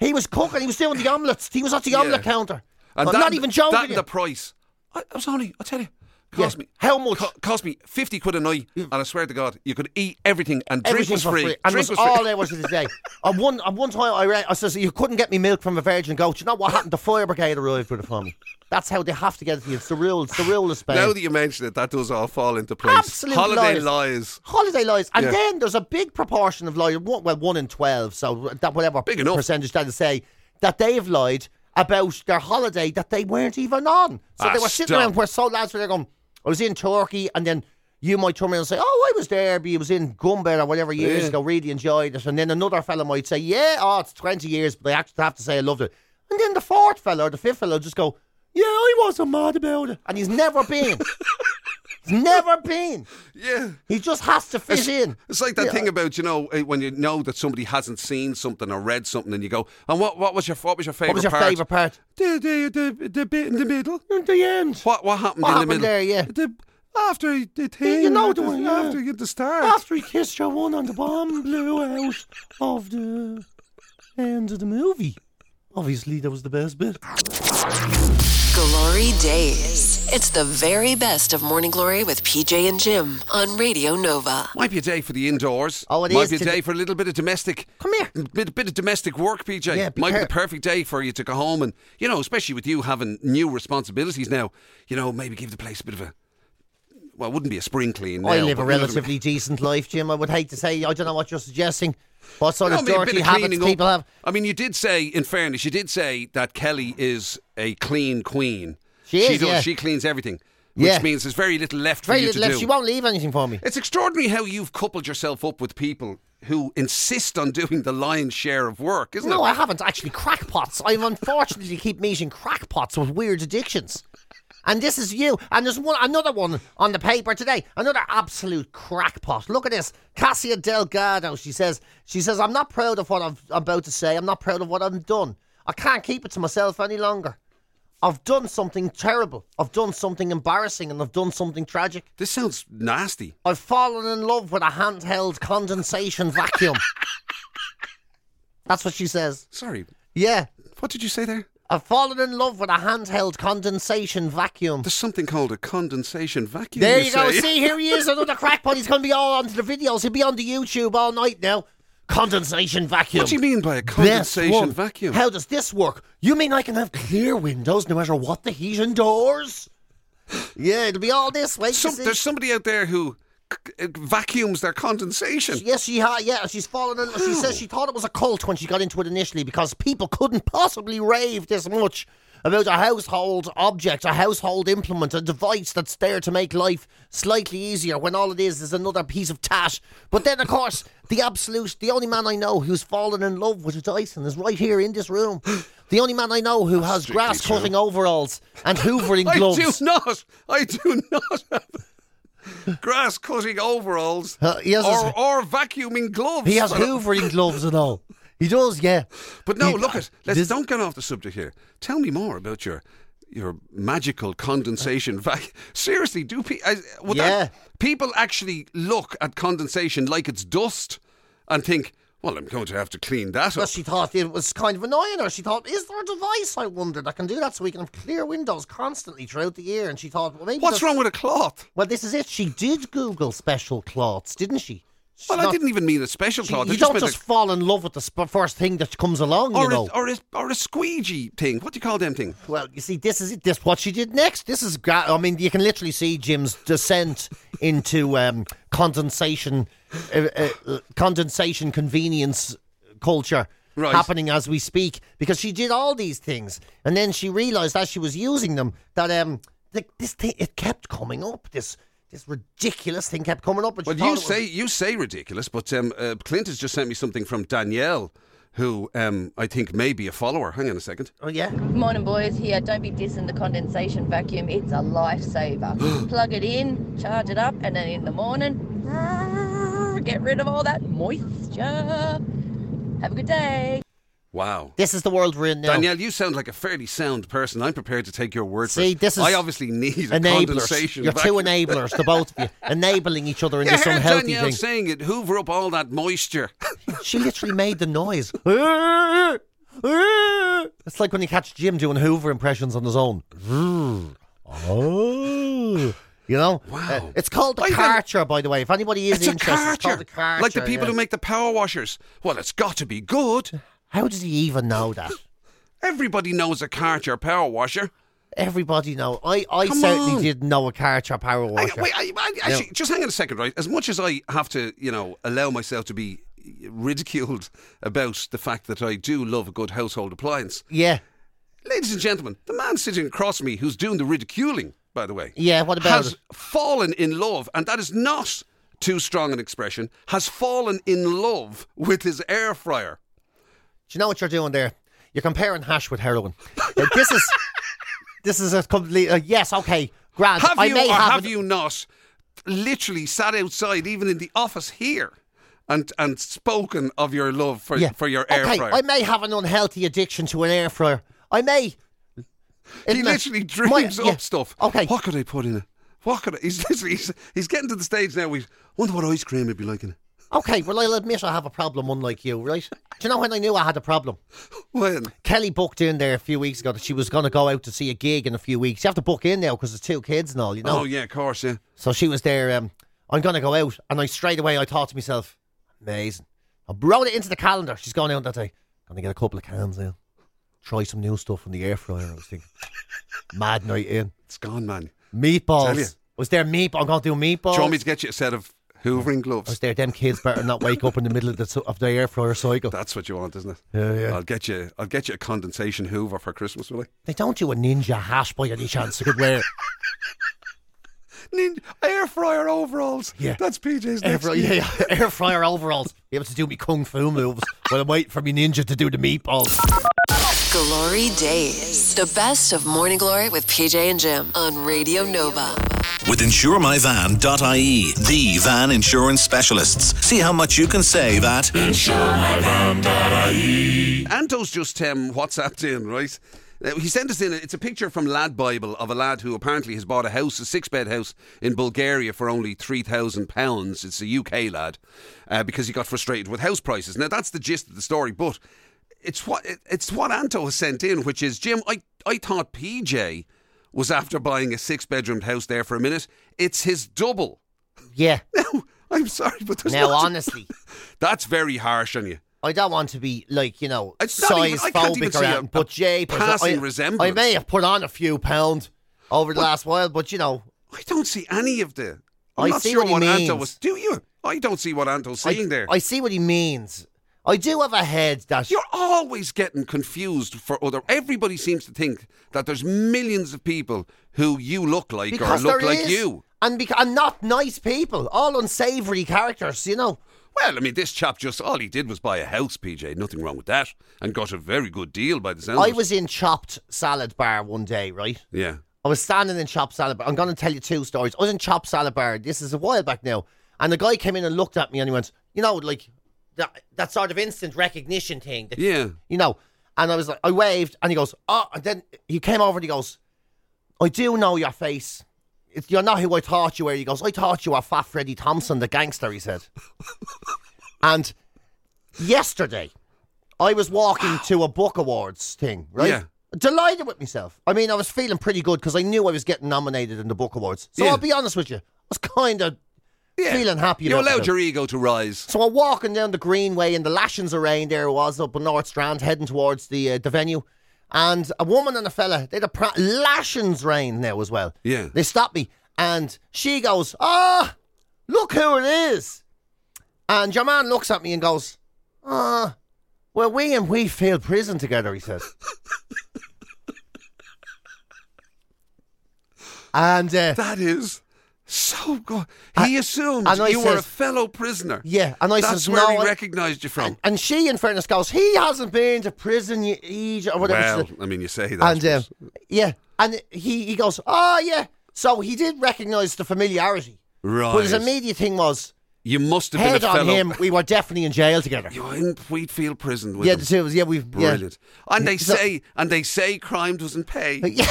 he was cooking. He was doing the omelettes. He was at the omelette counter.
And
I'm
that-
not even joking.
That
you.
and the price. I, I was only, I tell you,
Yeah.
cost me
How much?
co- cost me fifty quid a night, and I swear to God, you could eat everything and drink
Everything
was
for
free.
free. And it
drink
was, all hours of the day. At one, at one time, I read, I says, you couldn't get me milk from a virgin goat. You know what happened? The fire brigade arrived with it for me. That's how they have to get it to you. It's the rule. It's the rule of Spain.
Now that you mention it, that does all fall into place.
Absolute
Holiday
lies.
lies.
Holiday lies, and
Yeah.
then there's a big proportion of liars. One, well, one in twelve, so that whatever
Big enough.
percentage that is say that they've lied about their holiday that they weren't even on. So
Ah,
they were sitting
stop.
around where so lads were there going, "I was in Turkey," and then you might turn around and say, "Oh, I was there, but I was in Gumbel or whatever years
Yeah.
ago. Really enjoyed it." And then another fella might say, "Yeah, oh, it's twenty years, but I actually have to say I loved it." And then the fourth fella or the fifth fella just go, "Yeah, I wasn't mad about it," and he's never been. He's Never been.
Yeah.
He just has to fit in.
It's like that
Yeah.
thing about you know eh, when you know that somebody hasn't seen something or read something, and you go, "And what, what was your what was your favorite
What was your
part?"
favourite part?
The, the, the, the bit in the middle.
At the end.
What what happened
What
in
happened
the middle?
there, yeah.
The, after the thing,
know
after-
the one, yeah.
after you get the start.
After he kissed your one and the bomb blew out of the end of the movie. Obviously, that was the best bit.
Glory Days. It's the very best of Morning Glory with PJ and Jim on Radio Nova.
Might be a day for the indoors.
Oh, it
Might
is
be a
today.
day for a little bit of domestic.
Come here.
Bit, bit of domestic work, PJ.
Yeah, be
Might be
care-
the perfect day for you to go home and, you know, especially with you having new responsibilities now, you know, maybe give the place a bit of a. Well, it wouldn't be a spring clean.
I
now, but
live a
you know what I mean.
relatively decent life, Jim. I would hate to say, I don't know what you're suggesting. What sort
No, I
of
mean, a bit
dirty
of
habits
cleaning up.
people have.
I mean, you did say, in fairness, you did say that Kelly is a clean queen.
She is,
does.
yeah.
She cleans everything, which
Yeah.
means there's very little left for
Very
you
little
to
left.
do.
She won't leave anything for me.
It's extraordinary how you've coupled yourself up with people who insist on doing the lion's share of work, isn't
No,
it?
I haven't actually. Crackpots. I unfortunately keep meeting crackpots with weird addictions. And this is you. And there's one, another one on the paper today. Another absolute crackpot. Look at this, Cassia Delgado. She says, she says, I'm not proud of what I've, I'm about to say. I'm not proud of what I've done. I can't keep it to myself any longer. I've done something terrible. I've done something embarrassing, and I've done something tragic.
This sounds nasty.
I've fallen in love with a handheld condensation vacuum. That's what she says.
Sorry,
Yeah.
what did you say there?
I've fallen in love with a handheld condensation vacuum.
There's something called a condensation vacuum.
There you go.
say.
See, here he is, another crackpot. He's going to be all onto the videos. He'll be on the YouTube all night now. Condensation vacuum.
What do you mean by a
Best
condensation
one.
vacuum?
How does this work? You mean I can have clear windows no matter what the heat indoors? Yeah, it'll be all this way. you
Some,
see.
there's somebody out there who c- c- uh, vacuums their condensation.
Yes, she ha- yeah, she's fallen in. She says she thought it was a cult when she got into it initially because people couldn't possibly rave this much about a household object, a household implement, a device that's there to make life slightly easier when all it is is another piece of tash. But then, of course, the absolute, the only man I know who's fallen in love with Dyson is right here in this room. The only man I know who has
Strictly
grass
true.
cutting overalls and hoovering
I do
gloves.
not. I do not have grass cutting overalls
Uh, he has
or,
his-
or vacuuming gloves.
He has
I don't-
hoovering gloves and all. He does, yeah.
But no,
He-
look at. Let's
uh, this-
don't get off the subject here. Tell me more about your your magical condensation. vac- Seriously, do pe- I, would that-
Yeah.
people actually look at condensation like it's dust and think, "Well, I'm going to have to clean that
But
up."
she thought it was kind of annoying her. She thought, is there a device, I wonder, that can do that so we can have clear windows constantly throughout the year? And she thought, well, maybe.
What's
that's-
wrong with a cloth?
Well, this is it. She did Google special cloths, didn't she? She's
Well, I
not-
didn't even mean a special
she-
cloth. I
you don't
meant a-
just fall in love with the sp- first thing that comes along, you
or,
know.
a, or a or a squeegee thing. What do you call them thing?
Well, you see, this is it. This what she did next. This is, gra- I mean, you can literally see Jim's descent into um, condensation, uh, uh, uh, condensation convenience culture
Right.
happening as we speak because she did all these things and then she realized as she was using them that um, th- this thing it kept coming up. This this ridiculous thing kept coming up. and she
Well,
thought it
you
was-
say you say ridiculous, but um, uh, Clint has just sent me something from Danielle, who um, I think may be a follower. Hang on a second.
oh yeah.
Morning, boys. Here, don't be dissing the condensation vacuum. It's a lifesaver. Plug it in, charge it up, and then in the morning, get rid of all that moisture. Have a good day.
Wow.
This is the world we're in now.
Danielle, you sound like a fairly sound person. I'm prepared to take your word for
See,
it.
this is
I obviously need a
enablers.
condensation.
You're two
vacuum.
enablers, the both of you, enabling each other in
You
this
heard
unhealthy
Danielle
thing.
saying it. Hoover up all that moisture.
She literally made the noise. it's like when you catch Jim doing Hoover impressions on his own. Oh. You know?
Wow.
Uh, it's called the
I think-
Karcher, by the way. If anybody is
it's a
interested, it's
carter.
called the Karcher.
like the people
yeah.
who make the power washers. Well, it's got to be good.
How does he even know that?
Everybody knows a carter power washer.
Everybody know. I, I
Come
certainly
on.
didn't know a Karcher power
I,
washer.
wait, I, I, actually, just hang on a second, right? As much as I have to, you know, allow myself to be ridiculed about the fact that I do love a good household appliance,
yeah.
ladies and gentlemen, the man sitting across me who's doing the ridiculing, by the way,
Yeah, what about
has
it?
fallen in love, and that is not too strong an expression, has fallen in love with his air fryer.
Do you know what you're doing there? You're comparing hash with heroin. Uh, this is this is a complete uh, yes. Okay, Grant.
Have
I
you
may
or
have,
have,
an-
you not literally sat outside, even in the office here, and and spoken of your love for,
yeah.
for your air
okay,
fryer?
I may have an unhealthy addiction to an air fryer. I may.
He
Isn't it-
literally dreams
My-
up
yeah,
stuff.
Okay.
What could I put in it? What could I, he's literally he's, he's getting to the stage now. where He's wonder what ice cream he'd be like in it.
Okay. Well, I'll admit I have a problem, unlike you, right? Do you know when I knew I had a problem?
When
Kelly booked in there a few weeks ago that she was going to go out to see a gig in a few weeks. You have to book in now because there's two kids and all, you know.
oh yeah, of course yeah.
So she was there. Um, I'm going to go out, and I straight away I thought to myself, amazing. I wrote it into the calendar. She's going out that day. Going to get a couple of cans in. Try some new stuff in the air fryer. I was thinking, mad night in
It's gone, man. Tell ya.
meatballs. Was there meatball? I'm going to do
Do
meatballs.
you want me to get you a set of hoovering
I was
gloves?
there. Them kids better not wake up in the middle of the of the air fryer cycle.
That's what you want, isn't it?
Yeah, yeah.
I'll get you. I'll get you a condensation Hoover for Christmas, will I?
They don't do a ninja hash by any chance. They could wear
Nin- air fryer overalls.
Yeah.
that's PJ's
air,
next.
fry- yeah, yeah, air fryer overalls. Be able to do me kung fu moves while I'm waiting for me ninja to do the meatballs.
Glory Days. The best of Morning Glory with PJ and Jim on Radio Nova.
With insuremyvan.ie, the van insurance specialists. See how much you can save at
Anto's just um, WhatsApped in, right? Uh, He sent us in. It's a picture from Lad Bible of a lad who apparently has bought a house, a six-bed house in Bulgaria for only three thousand pounds. It's a UK lad uh, because he got frustrated with house prices. Now that's the gist of the story, but it's what it- it's what Anto has sent in, which is Jim. I I thought PJ was after buying a six-bedroomed house there for a minute. It's his double.
Yeah.
Now I'm sorry, but there's
Now,
not-
honestly.
that's very harsh on you.
I don't want to be like you know
It's not
size
even- I can't even
phobic
see
or
a-
anything,
a
but Jay, but
passing
I,
resemblance.
I may have put on a few pound over the last while, but you know,
I don't see any of the. I'm
I
not
see
sure
what he
what, Anto
means.
was. Do you? I don't see what Anto's
I,
seeing there.
I see what he means. I do have a head that
You're always getting confused for other. Everybody seems to think that there's millions of people who you look like
because
or look
there
like
is,
you.
and beca- and not nice people, all unsavory characters, you know.
Well, I mean, this chap just all he did was buy a house, PJ. Nothing wrong with that, and got a very good deal by the sound. of
I
it.
was in Chopped Salad Bar one day, right?
Yeah.
I was standing in Chop Salad Bar. I'm going to tell you two stories. I was in Chop Salad Bar. This is a while back now. And the guy came in and looked at me and he went, you know, like that, that sort of instant recognition thing. That,
Yeah.
You know, and I was like, I waved and he goes, oh, and then he came over and he goes, I do know your face. It's, you're not who I thought you were. He goes, I thought you were Fat Freddie Thompson, the gangster, he said. and yesterday, I was walking to a book awards thing, right?
Yeah.
Delighted with myself. I mean, I was feeling pretty good because I knew I was getting nominated in the book awards. So
Yeah.
I'll be honest with you, I was kind of
Yeah.
feeling happy.
You
about
allowed
it.
your ego to rise.
So I'm walking down the greenway and the lashings of rain there was up in North Strand heading towards the uh, the venue. And a woman and a fella, they had a pra- lashings rain now as well.
Yeah.
They stopped me and she goes, Ah, look who it is. And your man looks at me and goes, Ah, well, we and we failed prison together, he says. and uh,
That is so good. He assumed
and I
you were a
says-
fellow prisoner.
yeah, and I
That's
says,
where
No,
he
I-
recognised you from.
And, and she, in fairness, goes, he hasn't been to prison y- either, or whatever.
well,
it's the-
I mean, you say that.
and um,
but-
yeah, and he, he goes, oh, yeah. So he did recognise the familiarity.
right.
But his immediate thing was,
you must have Oh, been a
head
fellow.
on him, we were definitely in jail together.
You were in Wheatfield prison with
Yeah,
him.
the two of us, yeah, we've. Yeah.
Brilliant. And they
So-
say, and they say, crime doesn't pay.
yeah.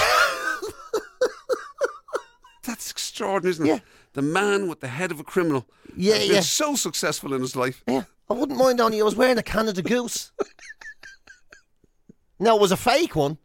That's extraordinary, isn't it?
Yeah.
The man with the head of a criminal.
Yeah,
has
yeah.
Been so successful in his life.
Yeah, I wouldn't mind only I was wearing a Canada goose. no, it was a fake one,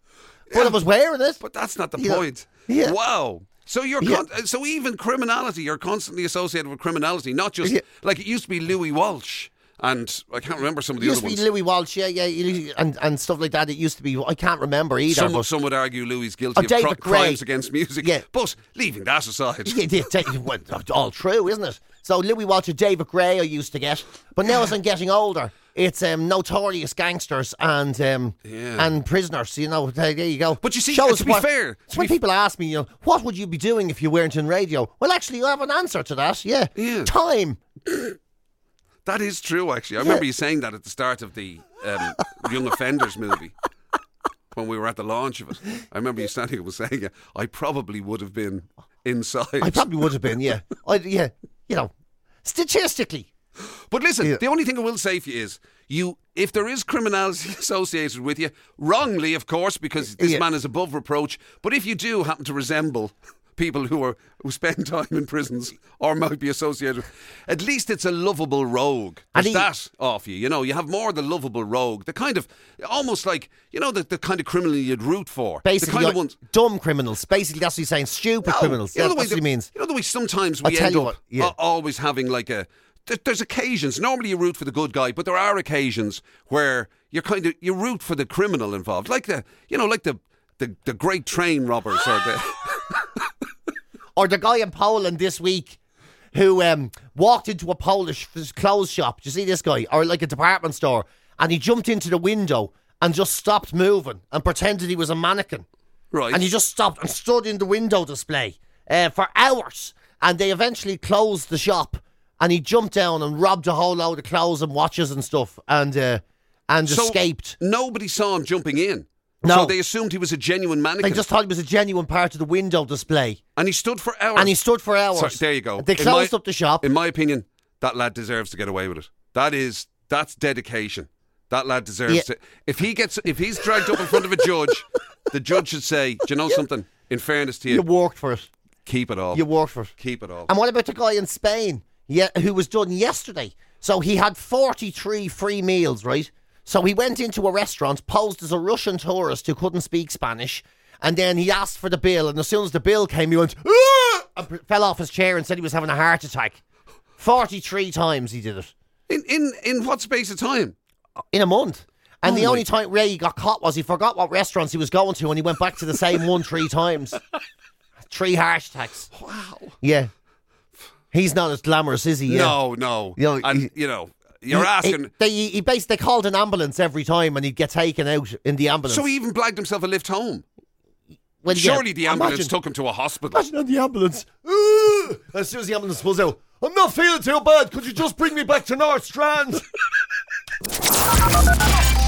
but I was wearing it.
But that's not the
Yeah.
point.
Yeah.
Wow. So you're
Yeah.
con- uh, so even criminality, you're constantly associated with criminality, not just
Yeah.
like it used to be Louis Walsh and I can't remember some of
It
the
used
other
to be
ones.
Louis Walsh, yeah, yeah, you- and, and stuff like that. It used to be, I can't remember either.
some,
but-
some would argue Louis is guilty
Oh,
of
David
cri-
Gray.
crimes against music.
Yeah.
But leaving that aside,
Yeah, yeah, take- well, all true, isn't it? So Louis Walter, David Gray, I used to get, but now as I'm getting older, it's um, notorious gangsters and um,
Yeah.
and prisoners. You know, there there you go.
But you see, to be
what-
fair,
it's
to
when
be f-
people ask me, you know, what would you be doing if you weren't in radio? Well, actually, I have an answer to that. Yeah,
Yeah.
time.
that is true. Actually, I remember you saying that at the start of the um, Young Offenders movie. When we were at the launch of it, I remember you standing up and saying, yeah, "I probably would have been inside."
I probably would have been. Yeah, I, yeah, you know, statistically.
But listen,
Yeah.
the only thing I will say for you is you if there is criminality associated with you, wrongly of course, because this
Yeah.
man is above reproach, but if you do happen to resemble people who are who spend time in prisons or might be associated with at least it's a lovable rogue.
And
There's
he-
that off you. You know, you have more of the lovable rogue. The kind of almost like you know the, the kind of criminal you'd root for. the
Basically,
kind of
like
ones
dumb criminals. Basically, that's what he's saying. Stupid criminals.
you know
Yeah,
the way
that's
that-
what he means.
You know the way sometimes
I'll
we
tell
end
you
up
what, yeah.
a- always having like a. There, there's occasions. Normally you root for the good guy, but there are occasions where you're kind of you root for the criminal involved, like the you know like the the, the great train robbers or the
or the guy in Poland this week who um, walked into a Polish f- clothes shop. Do you see this guy? Or like a department store. And he jumped into the window and just stopped moving and pretended he was a mannequin.
right.
And he just stopped and stood in the window display uh, for hours. And they eventually closed the shop. And he jumped down and robbed a whole load of clothes and watches and stuff and uh, and
So
escaped.
Nobody saw him jumping in.
No.
So they assumed he was a genuine
They
mannequin.
just thought he was a genuine part of the window display.
and he stood for hours.
And he stood for hours.
Sorry, there you go.
They
In my-
closed up the shop.
In my opinion, that lad deserves to get away with it. That is that's dedication. That lad deserves
Yeah.
it. If he gets if he's dragged up in front of a judge, the judge should say, Do you know something? In fairness to you,
You worked for it.
keep it all.
You worked for it.
keep it all.
And what about the guy in Spain? Yeah, who was done yesterday. So he had 43 free meals, right? So he went into a restaurant, posed as a Russian tourist who couldn't speak Spanish, and then he asked for the bill. And as soon as the bill came, he went "Ah!" and pr- fell off his chair and said he was having a heart attack. 43 times he did it
in, in in what space of time?
in a month. And the
Oh my-
only time Ray got caught was he forgot what restaurants he was going to, and he went back to the same one three times. Three heart attacks.
Wow.
Yeah. He's not as glamorous, is he? Yeah.
No, no.
You know,
and
he-
you know, You're
He-
asking.
He, they, he basically they called an ambulance every time and he'd get taken out in the ambulance.
so he even blagged himself a lift home.
Well, yeah,
Surely the ambulance
imagine,
took him to a hospital.
Imagine on the ambulance. "Ooh!" As soon as the ambulance pulls out, I'm not feeling too bad. Could you just bring me back to North Strand?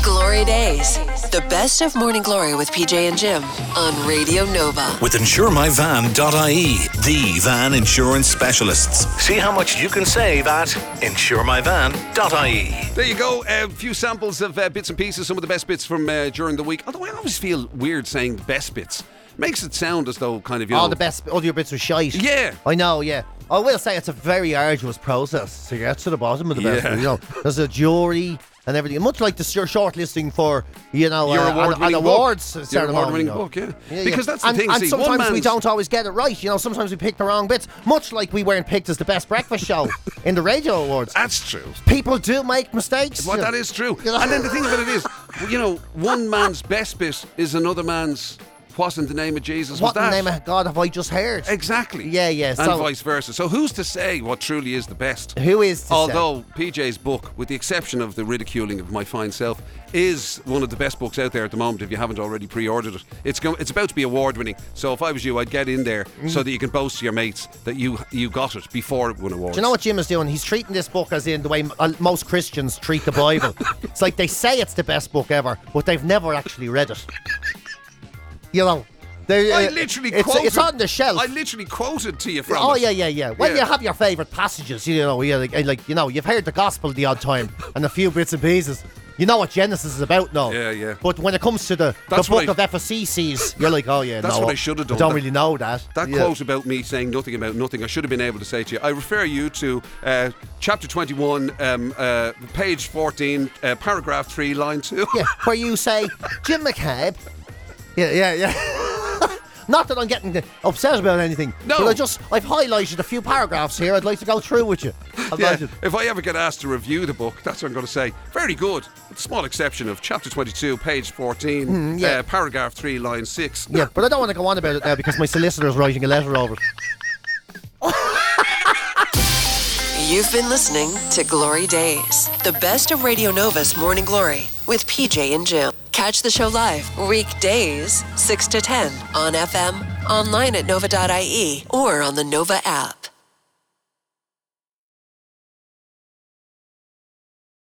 Glory Days. The best of Morning Glory with PJ and Jim on Radio Nova.
With insuremyvan.ie, the van insurance specialists. See how much you can save at insuremyvan.ie.
There you go. A few samples of uh, bits and pieces. Some of the best bits from uh, during the week. Although I always feel weird saying the best bits. Makes it sound as though kind of you
all
know,
the best, all your bits are shite.
Yeah.
I know. Yeah, I will say it's a very arduous process to get to the bottom of the best.
Yeah.
You know, there's a jury and everything, much like the shor- shortlisting for you know
Your
uh, an-
award-winning
an
book.
awards
Your
ceremony.
award-winning
you know.
book, yeah. Because that's the
and,
thing,
And
see, one
sometimes we
man's-
don't always get it right. You know, sometimes we pick the wrong bits, much like we weren't picked as the best breakfast show in the radio awards.
That's true.
People do make mistakes.
Well,
you know.
that is true.
You know?
And then the thing about it is, you know, one man's best bit is another man's what in the name of Jesus was
What in
that?
the name of God have I just heard?
Exactly.
Yeah, yeah,
And
so-
vice versa. So who's to say what truly is the best?
Who is to say?
Although PJ's book, with the exception of the ridiculing of my fine self, is one of the best books out there at the moment. If you haven't already pre-ordered it, it's go- it's about to be award-winning. So if I was you, I'd get in there
Mm-hmm.
so that you can boast to your mates that you you got it before it won awards.
Do you know what Jim is doing? He's treating this book as in the way m- uh, most Christians treat the Bible. it's like they say it's the best book ever, but they've never actually read it. You know, they,
I
uh,
literally
it's,
quoted.
it's on the shelf.
I literally quoted to you from.
Oh
it.
yeah, yeah, yeah. Well,
Yeah.
you have your favourite passages, you know. Yeah, like, like you know, you've heard the gospel the odd time and a few bits and pieces. You know what Genesis is about, now.
Yeah, yeah.
But when it comes to the, the
That's
book
what I-
of Ephesus, you're like, oh yeah,
That's
no,
what I should have done.
I don't
That-
really know that.
That
Yeah.
quote about me saying nothing about nothing, I should have been able to say to you. I refer you to uh, chapter 21, um, uh, page 14, uh, paragraph 3, line 2.
yeah, where you say Jim McCabe. Yeah, yeah, yeah. Not that I'm getting upset about anything.
No.
But I just I've highlighted a few paragraphs here. I'd like to go through with you. I'd
Yeah,
like to-
if I ever get asked to review the book, that's what I'm going to say. Very good. With the small exception of chapter 22, page 14,
yeah.
uh, paragraph 3, line 6.
yeah, but I don't want to go on about it now because my solicitor's writing a letter over it.
You've been listening to Glory Days, the best of Radio Nova's Morning Glory with PJ and Jim. Catch the show live weekdays 6 to 10 on FM, online at nova.ie E or on the Nova app.